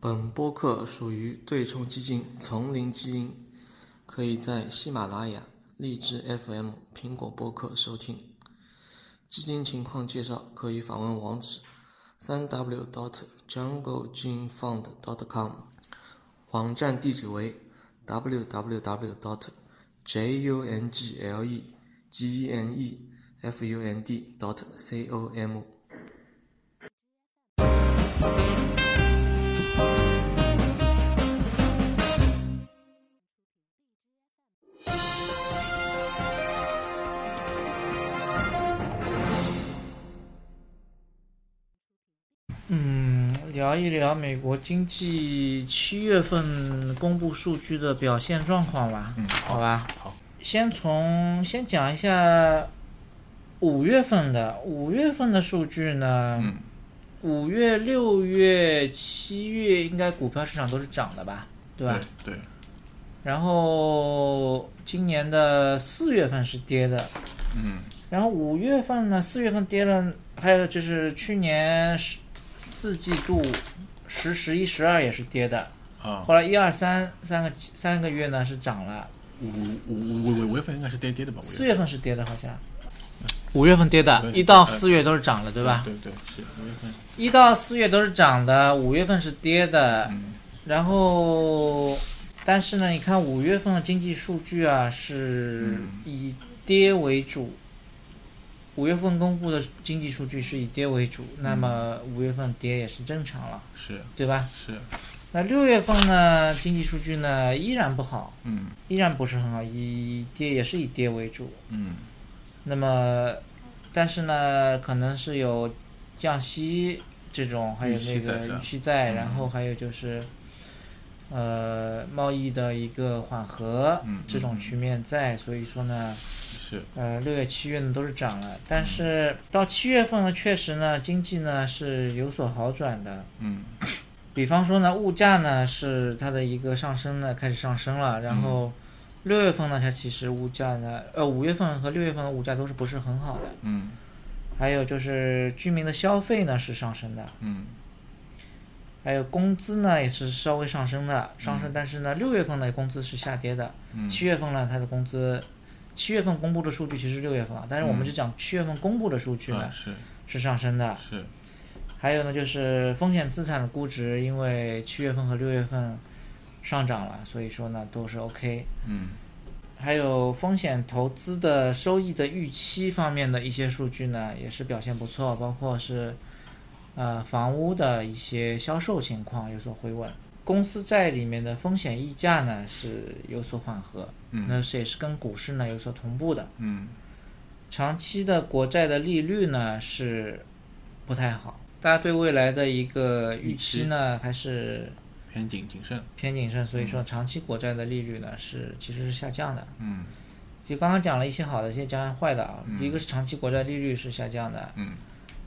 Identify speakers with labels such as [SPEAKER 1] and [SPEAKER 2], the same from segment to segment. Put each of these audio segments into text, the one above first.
[SPEAKER 1] 本播客属于对冲基金“丛林基因”，可以在喜马拉雅、荔枝 FM、苹果播客收听。基金情况介绍可以访问网址：三 w dot jungle gene fund dot com，网站地址为 www dot j u n g l e g e n e f u n d dot c o m。
[SPEAKER 2] 嗯，聊一聊美国经济七月份公布数据的表现状况吧。嗯，好吧。
[SPEAKER 3] 好，
[SPEAKER 2] 先从先讲一下五月份的五月份的数据呢。
[SPEAKER 3] 嗯。
[SPEAKER 2] 五月、六月、七月应该股票市场都是涨的吧？对吧？
[SPEAKER 3] 对对，
[SPEAKER 2] 然后今年的四月份是跌的，
[SPEAKER 3] 嗯
[SPEAKER 2] 然后五月份呢，四月份跌了，还有就是去年十四季度十、十一、十二也是跌的，
[SPEAKER 3] 啊，
[SPEAKER 2] 后来一二三三个三个月呢是涨了，
[SPEAKER 3] 五五五五五月份应该是跌跌的吧？五
[SPEAKER 2] 四
[SPEAKER 3] 月
[SPEAKER 2] 月份是跌的，好像。五月份跌的，
[SPEAKER 3] 对
[SPEAKER 2] 一到四月都是涨的，对
[SPEAKER 3] 对
[SPEAKER 2] 吧？
[SPEAKER 3] 对对是五月份，
[SPEAKER 2] 一到四月都是涨的，五月份是跌的。
[SPEAKER 3] 嗯
[SPEAKER 2] 然后，但是呢，你看五月份的经济数据啊，是
[SPEAKER 3] 嗯
[SPEAKER 2] 以跌为主。五月份公布的经济数据是以跌为主，那么五月份跌也是正常了，
[SPEAKER 3] 是
[SPEAKER 2] 对吧？
[SPEAKER 3] 是
[SPEAKER 2] 那六月份呢，经济数据呢依然不好，
[SPEAKER 3] 嗯
[SPEAKER 2] 依然不是很好，以跌也是以跌为主。
[SPEAKER 3] 嗯
[SPEAKER 2] 那么，但是呢，可能是有降息这种，还有
[SPEAKER 3] 预期
[SPEAKER 2] 那
[SPEAKER 3] 在
[SPEAKER 2] 个
[SPEAKER 3] 这儿
[SPEAKER 2] 预期在，然
[SPEAKER 3] 嗯
[SPEAKER 2] 后还有就是，呃，贸易的一个缓和
[SPEAKER 3] 嗯
[SPEAKER 2] 这种
[SPEAKER 3] 嗯
[SPEAKER 2] 局面在，所以说呢，
[SPEAKER 3] 是
[SPEAKER 2] 呃，六月、七月呢都是涨了，
[SPEAKER 3] 嗯
[SPEAKER 2] 但是到七月份呢，确实呢，经济呢是有所好转的。
[SPEAKER 3] 嗯
[SPEAKER 2] 比方说呢，物价呢是它的一个上升呢开始上升了，
[SPEAKER 3] 嗯
[SPEAKER 2] 然后六月份呢，它其实物价呢，呃，五月份和六月份的物价都是不是很好的。
[SPEAKER 3] 嗯
[SPEAKER 2] 还有就是居民的消费呢是上升的，
[SPEAKER 3] 嗯
[SPEAKER 2] 还有工资呢也是稍微上升的，上升。
[SPEAKER 3] 嗯
[SPEAKER 2] 但是呢，六月份的工资是下跌的，
[SPEAKER 3] 嗯
[SPEAKER 2] 七月份呢它的工资，七月份公布的数据其实六月份啊，但是我们
[SPEAKER 3] 嗯
[SPEAKER 2] 就讲七月份公布的数据呢
[SPEAKER 3] 啊是
[SPEAKER 2] 是上升的。
[SPEAKER 3] 是
[SPEAKER 2] 还有呢就是风险资产的估值，因为七月份和六月份上涨了，所以说呢都是 OK。
[SPEAKER 3] 嗯
[SPEAKER 2] 还有风险投资的收益的预期方面的一些数据呢，也是表现不错，包括是呃房屋的一些销售情况有所回稳，公司债里面的风险溢价呢是有所缓和，那
[SPEAKER 3] 嗯
[SPEAKER 2] 是也是跟股市呢有所同步的。
[SPEAKER 3] 嗯
[SPEAKER 2] 长期的国债的利率呢是不太好，大家对未来的一个预期嗯呢还是
[SPEAKER 3] 偏谨谨慎，
[SPEAKER 2] 偏谨慎，所以说长期国债的利率呢是其实是下降的。
[SPEAKER 3] 嗯
[SPEAKER 2] 就刚刚讲了一些好的，先讲讲坏的啊。
[SPEAKER 3] 嗯
[SPEAKER 2] 一个是长期国债利率是下降的，
[SPEAKER 3] 嗯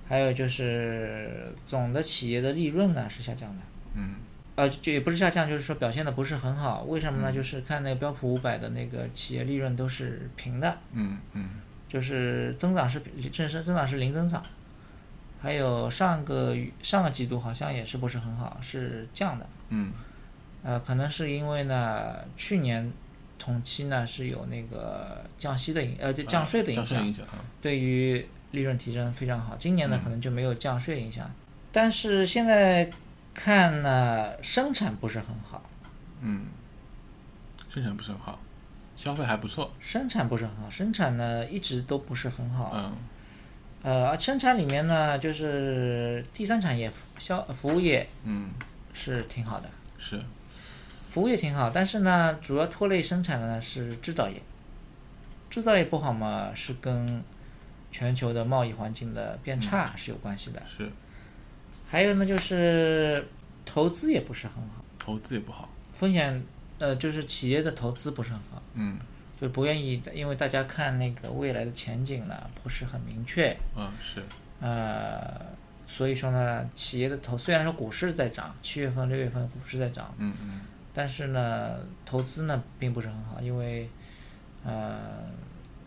[SPEAKER 2] 还有就是总的企业的利润呢是下降的。
[SPEAKER 3] 嗯
[SPEAKER 2] 呃，就也不是下降，就是说表现的不是很好。为什么呢？
[SPEAKER 3] 嗯
[SPEAKER 2] 就是看那个标普五百的那个企业利润都是平的，
[SPEAKER 3] 嗯嗯
[SPEAKER 2] 就是增长是正是增长是零增长。还有上个上个季度好像也是不是很好，是降的。
[SPEAKER 3] 嗯
[SPEAKER 2] 呃，可能是因为呢，去年同期呢是有那个降息的影，呃，就降税的影
[SPEAKER 3] 降税
[SPEAKER 2] 响
[SPEAKER 3] 影。响啊，
[SPEAKER 2] 对于利润提升非常好。今年呢，
[SPEAKER 3] 嗯
[SPEAKER 2] 可能就没有降税影响，但是现在看呢，生产不是很好，
[SPEAKER 3] 嗯，生产不是很好，消费还不错，
[SPEAKER 2] 生产不是很好，生产呢一直都不是很好。
[SPEAKER 3] 嗯
[SPEAKER 2] 呃，而生产里面呢，就是第三产业、消服务业
[SPEAKER 3] 嗯
[SPEAKER 2] 是挺好的，
[SPEAKER 3] 是
[SPEAKER 2] 服务业挺好，但是呢，主要拖累生产的呢是制造业，制造业不好嘛，是跟全球的贸易环境的变
[SPEAKER 3] 嗯
[SPEAKER 2] 差是有关系的。
[SPEAKER 3] 是
[SPEAKER 2] 还有呢，就是投资也不是很好，
[SPEAKER 3] 投资也不好，
[SPEAKER 2] 风险呃就是企业的投资不是很好，
[SPEAKER 3] 嗯
[SPEAKER 2] 就不愿意，因为大家看那个未来的前景呢不是很明确，
[SPEAKER 3] 啊是
[SPEAKER 2] 呃，所以说呢，企业的投虽然说股市在涨，七月份、六月份股市在涨，
[SPEAKER 3] 嗯嗯
[SPEAKER 2] 但是呢，投资呢并不是很好，因为呃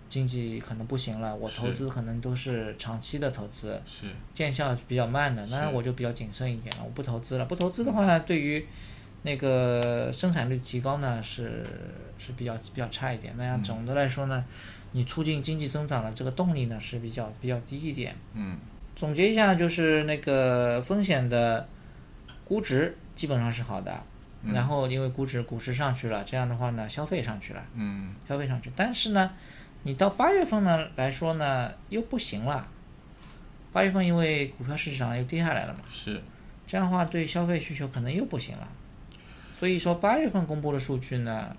[SPEAKER 2] 经济可能不行了，我投
[SPEAKER 3] 是
[SPEAKER 2] 资可能都是长期的投资，
[SPEAKER 3] 是
[SPEAKER 2] 见效比较慢的，那
[SPEAKER 3] 是
[SPEAKER 2] 我就比较谨慎一点了，我不投资了。不投资的话，对于那个生产率提高呢，是是比较比较差一点。那样总的来说呢，你促进经济增长的这个动力呢是比较比较低一点。
[SPEAKER 3] 嗯
[SPEAKER 2] 总结一下，就是那个风险的估值基本上是好的，然后因为估值股市上去了，这样的话呢，消费上去了，
[SPEAKER 3] 嗯
[SPEAKER 2] 消费上去。但是呢，你到八月份呢来说呢，又不行了。八月份因为股票市场又跌下来了嘛，
[SPEAKER 3] 是
[SPEAKER 2] 这样的话对消费需求可能又不行了。所以说八月份公布的数据呢，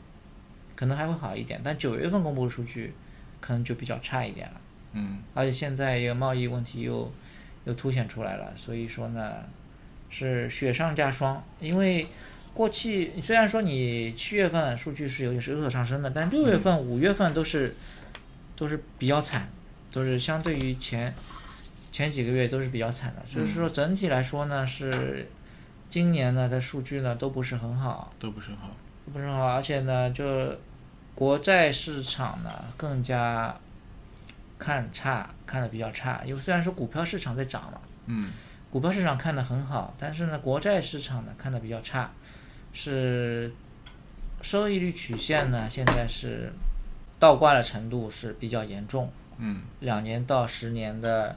[SPEAKER 2] 可能还会好一点，但九月份公布的数据可能就比较差一点了。
[SPEAKER 3] 嗯
[SPEAKER 2] 而且现在一个贸易问题又又凸显出来了，所以说呢是雪上加霜。因为过去虽然说你七月份数据是有是有所上升的，但六月份、五月份都是都是比较惨，都是相对于前前几个月都是比较惨的。就是说整体来说呢是今年呢的数据呢都不是很好，
[SPEAKER 3] 都不是很好，
[SPEAKER 2] 都不是很好，而且呢就国债市场呢更加看差，看的比较差。因为虽然说股票市场在涨嘛，
[SPEAKER 3] 嗯
[SPEAKER 2] 股票市场看的很好，但是呢，国债市场呢看的比较差，是收益率曲线呢现在是倒挂的程度是比较严重，
[SPEAKER 3] 嗯
[SPEAKER 2] 两年到十年的，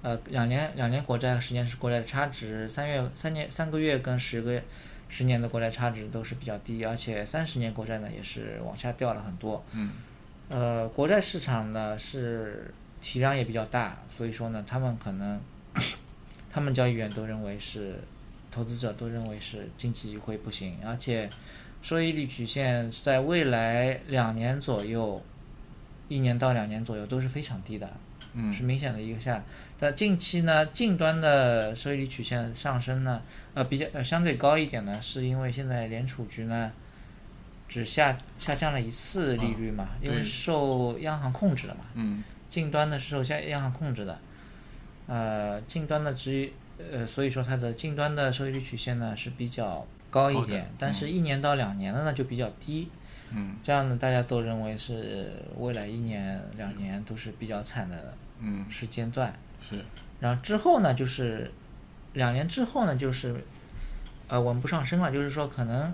[SPEAKER 2] 呃，两年两年国债和十年是国债的差值，三月三年三个月跟十个十年的国债差值都是比较低，而且三十年国债呢也是往下掉了很多，
[SPEAKER 3] 嗯
[SPEAKER 2] 呃，国债市场呢是体量也比较大，所以说呢，他们可能他们交易员都认为是投资者都认为是经济会不行，而且收益率曲线是在未来两年左右，一年到两年左右都是非常低的，
[SPEAKER 3] 嗯
[SPEAKER 2] 是明显的一个下。但近期呢，近端的收益率曲线上升呢，呃，比较呃相对高一点呢，是因为现在联储局呢只下下降了一次利率嘛，因为
[SPEAKER 3] 对
[SPEAKER 2] 受央行控制的嘛，
[SPEAKER 3] 嗯
[SPEAKER 2] 近端的是受下央行控制的，呃，近端的只呃，所以说它的近端的收益率曲线呢是比较高一
[SPEAKER 3] 高的
[SPEAKER 2] 点，但
[SPEAKER 3] 嗯
[SPEAKER 2] 是一年到两年的呢就比较低。
[SPEAKER 3] 嗯
[SPEAKER 2] 这样呢，大家都认为是未来一年、两年都是比较惨的
[SPEAKER 3] 嗯
[SPEAKER 2] 时间段。
[SPEAKER 3] 是
[SPEAKER 2] 然后之后呢，就是两年之后呢，就是呃稳步上升了，就是说可能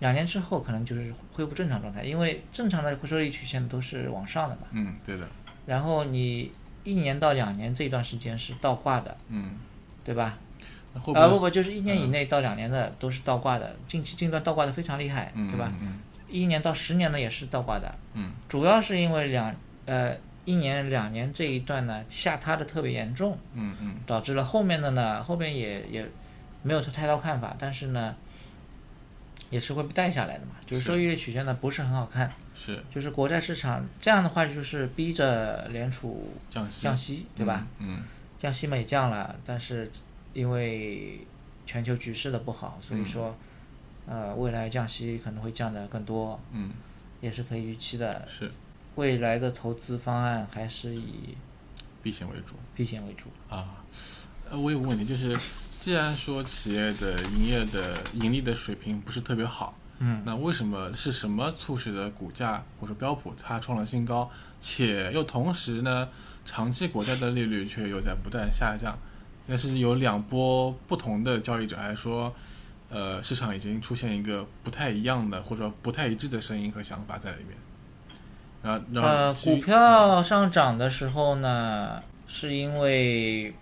[SPEAKER 2] 两年之后可能就是恢复正常状态，因为正常的回收率曲线都是往上的嘛。
[SPEAKER 3] 嗯对的
[SPEAKER 2] 然后你一年到两年这一段时间是倒挂的，
[SPEAKER 3] 嗯，
[SPEAKER 2] 对吧？
[SPEAKER 3] 那会不
[SPEAKER 2] 啊、
[SPEAKER 3] 会嗯
[SPEAKER 2] 不不，就是一年以内到两年的都是倒挂的，近期近段倒挂的非常厉害，
[SPEAKER 3] 嗯
[SPEAKER 2] 对吧？
[SPEAKER 3] 嗯
[SPEAKER 2] 一年到十年的也是倒挂的，
[SPEAKER 3] 嗯
[SPEAKER 2] 主要是因为两呃一年两年这一段呢下塌的特别严重，
[SPEAKER 3] 嗯嗯
[SPEAKER 2] 导致了后面的呢，后面也也没有太多看法，但是呢，也是会被带下来的嘛。就是
[SPEAKER 3] 是
[SPEAKER 2] 收益率曲线呢不是很好看，
[SPEAKER 3] 是
[SPEAKER 2] 就是国债市场这样的话，就是逼着联储
[SPEAKER 3] 降息
[SPEAKER 2] 降息，对吧？？
[SPEAKER 3] 嗯
[SPEAKER 2] 降息嘛也降了，但是因为全球局势的不好，
[SPEAKER 3] 嗯
[SPEAKER 2] 所以说，呃，未来降息可能会降的更多，
[SPEAKER 3] 嗯
[SPEAKER 2] 也是可以预期的
[SPEAKER 3] 嗯。是
[SPEAKER 2] 未来的投资方案还是以
[SPEAKER 3] 避险为主。
[SPEAKER 2] 避险为主。
[SPEAKER 3] 啊，呃，我有个问题，就是既然说企业的营业的盈利的水平不是特别好，
[SPEAKER 2] 嗯，
[SPEAKER 3] 那为什么是什么促使的股价或者标普它创了新高，且又同时呢，长期国债的利率却又在不断下降？那是有两波不同的交易者，还是说，呃，市场已经出现一个不太一样的或者不太一致的声音和想法在里面？然后，然后
[SPEAKER 2] 呃，
[SPEAKER 3] 至于
[SPEAKER 2] 股票上涨的时候呢，是因为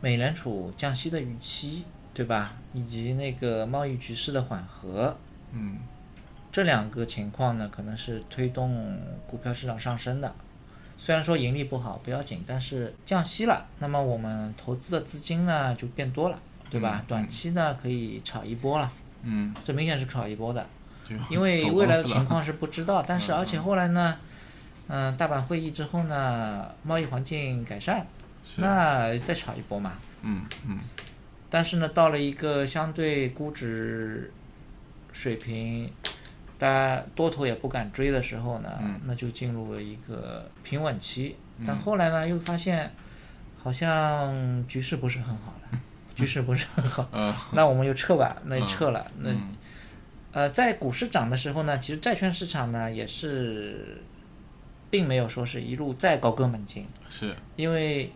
[SPEAKER 2] 美联储降息的预期，对吧？以及那个贸易局势的缓和，
[SPEAKER 3] 嗯
[SPEAKER 2] 这两个情况呢，可能是推动股票市场上升的。虽然说盈利不好不要紧，但是降息了，那么我们投资的资金呢就变多了，对吧？短期呢可以炒一波了，
[SPEAKER 3] 嗯，
[SPEAKER 2] 这明显是炒一波的。
[SPEAKER 3] 就
[SPEAKER 2] 因为
[SPEAKER 3] 走
[SPEAKER 2] 未
[SPEAKER 3] 公
[SPEAKER 2] 来的
[SPEAKER 3] 司
[SPEAKER 2] 情
[SPEAKER 3] 了嗯
[SPEAKER 2] 况是不知道，但是而且后来呢，嗯、大阪会议之后呢，贸易环境改善，
[SPEAKER 3] 是
[SPEAKER 2] 那再炒一波嘛。
[SPEAKER 3] 嗯嗯
[SPEAKER 2] 但是呢，到了一个相对估值水平，大家多头也不敢追的时候呢，
[SPEAKER 3] 嗯
[SPEAKER 2] 那就进入了一个平稳期。但后来呢，又发现好像局势不是很好 了，局势不是很好，
[SPEAKER 3] 呃
[SPEAKER 2] 那我们就撤吧，那就
[SPEAKER 3] 嗯
[SPEAKER 2] 撤了，那
[SPEAKER 3] 嗯
[SPEAKER 2] 呃，在股市涨的时候呢，其实债券市场呢也是并没有说是一路再高歌猛进，
[SPEAKER 3] 是，
[SPEAKER 2] 因为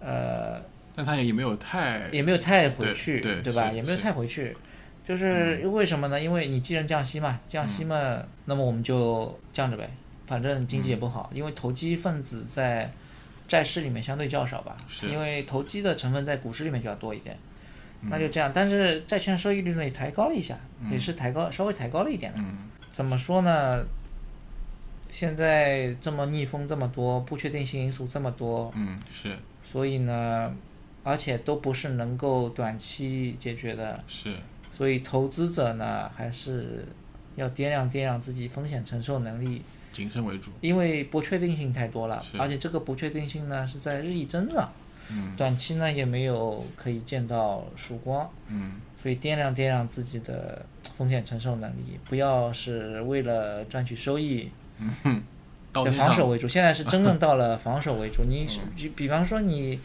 [SPEAKER 2] 呃
[SPEAKER 3] 但它也没有太
[SPEAKER 2] 也没有太回去，
[SPEAKER 3] 对对
[SPEAKER 2] 吧？
[SPEAKER 3] 是
[SPEAKER 2] 也没有
[SPEAKER 3] 是嗯
[SPEAKER 2] 太回去，就是为什么呢？因为你既然降息嘛，降息嘛，那么我们就降着呗，反正经
[SPEAKER 3] 嗯
[SPEAKER 2] 济也不好，因为投机分子在债市里面相对较少吧，
[SPEAKER 3] 是嗯
[SPEAKER 2] 因为投机的成分在股市里面就要多一点。那就这样，但是债券收益率呢也抬高了一下，也是抬高稍微抬高了一点的。
[SPEAKER 3] 嗯
[SPEAKER 2] 怎么说呢？现在这么逆风这么多，不确定性因素这么多，
[SPEAKER 3] 嗯是
[SPEAKER 2] 所以呢，而且都不是能够短期解决的，
[SPEAKER 3] 是
[SPEAKER 2] 所以投资者呢还是要掂量掂量自己风险承受能力，
[SPEAKER 3] 谨慎为主，
[SPEAKER 2] 因为不确定性太多了，
[SPEAKER 3] 是
[SPEAKER 2] 而且这个不确定性呢是在日益增长，
[SPEAKER 3] 嗯
[SPEAKER 2] 短期呢也没有可以见到曙光，
[SPEAKER 3] 嗯
[SPEAKER 2] 所以掂量掂量自己的风险承受能力，不要是为了赚取收益。
[SPEAKER 3] 嗯哼，刀
[SPEAKER 2] 就
[SPEAKER 3] 尖
[SPEAKER 2] 防守
[SPEAKER 3] 上
[SPEAKER 2] 为主，现在是真正到了防守为主。你是比比方说你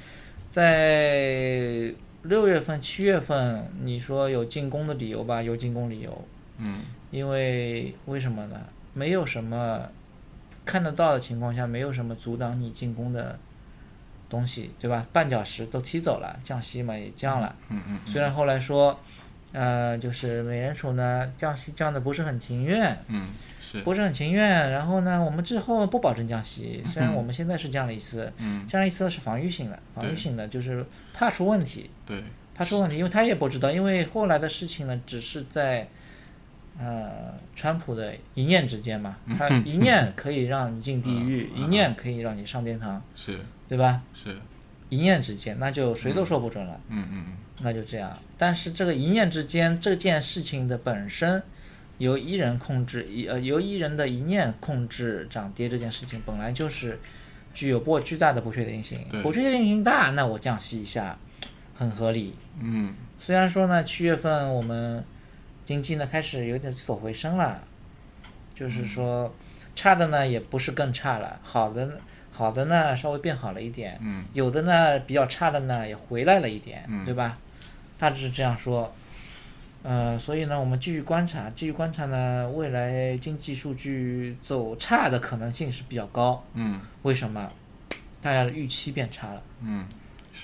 [SPEAKER 2] 在六月份、七月份，你说有进攻的理由吧，有进攻理由，
[SPEAKER 3] 嗯
[SPEAKER 2] 因为为什么呢？没有什么看得到的情况下，没有什么阻挡你进攻的东西，对吧？绊脚石都踢走了，降息嘛也降了。
[SPEAKER 3] 嗯嗯
[SPEAKER 2] 虽然后来说，呃，就是美联储呢降息降的不是很情愿，
[SPEAKER 3] 嗯是
[SPEAKER 2] 不是很情愿。然后呢，我们之后不保证降息，虽然我们现在是降了一次，
[SPEAKER 3] 嗯
[SPEAKER 2] 降了一次是防御性的，防御
[SPEAKER 3] 对
[SPEAKER 2] 性的就是怕出问题，
[SPEAKER 3] 对
[SPEAKER 2] 怕出问题，因为他也不知道，因为后来的事情呢，只是在。呃，川普的一念之间嘛，他一念可以让你进地狱，一念可以让你上天堂，
[SPEAKER 3] 是
[SPEAKER 2] 对吧？
[SPEAKER 3] 是
[SPEAKER 2] 一念之间，那就谁都说不准了。
[SPEAKER 3] 嗯嗯
[SPEAKER 2] 那就这样。但是这个一念之间，这件事情的本身由一人控制，一呃由一人的一念控制涨跌这件事情，本来就是具有过巨大的不确定性
[SPEAKER 3] 对。
[SPEAKER 2] 不确定性大，那我降息一下很合理。
[SPEAKER 3] 嗯
[SPEAKER 2] 虽然说呢，七月份我们经济呢开始有点走回升了，就是说差的呢也不是更差了，好的呢好的呢稍微变好了一点，
[SPEAKER 3] 嗯
[SPEAKER 2] 有的呢比较差的呢也回来了一点，
[SPEAKER 3] 嗯
[SPEAKER 2] 对吧？大致这样说。呃，所以呢，我们继续观察，继续观察呢，未来经济数据走差的可能性是比较高。
[SPEAKER 3] 嗯
[SPEAKER 2] 为什么？大家的预期变差了。
[SPEAKER 3] 嗯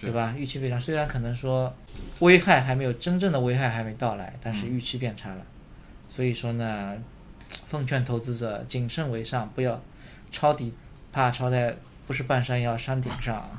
[SPEAKER 2] 对
[SPEAKER 3] 是
[SPEAKER 2] 吧？预期变差，虽然可能说危害还没有真正的危害还没到来，但是预期变差了，所以说呢，奉劝投资者谨慎为上，不要抄底，怕抄在不是半山腰山顶上，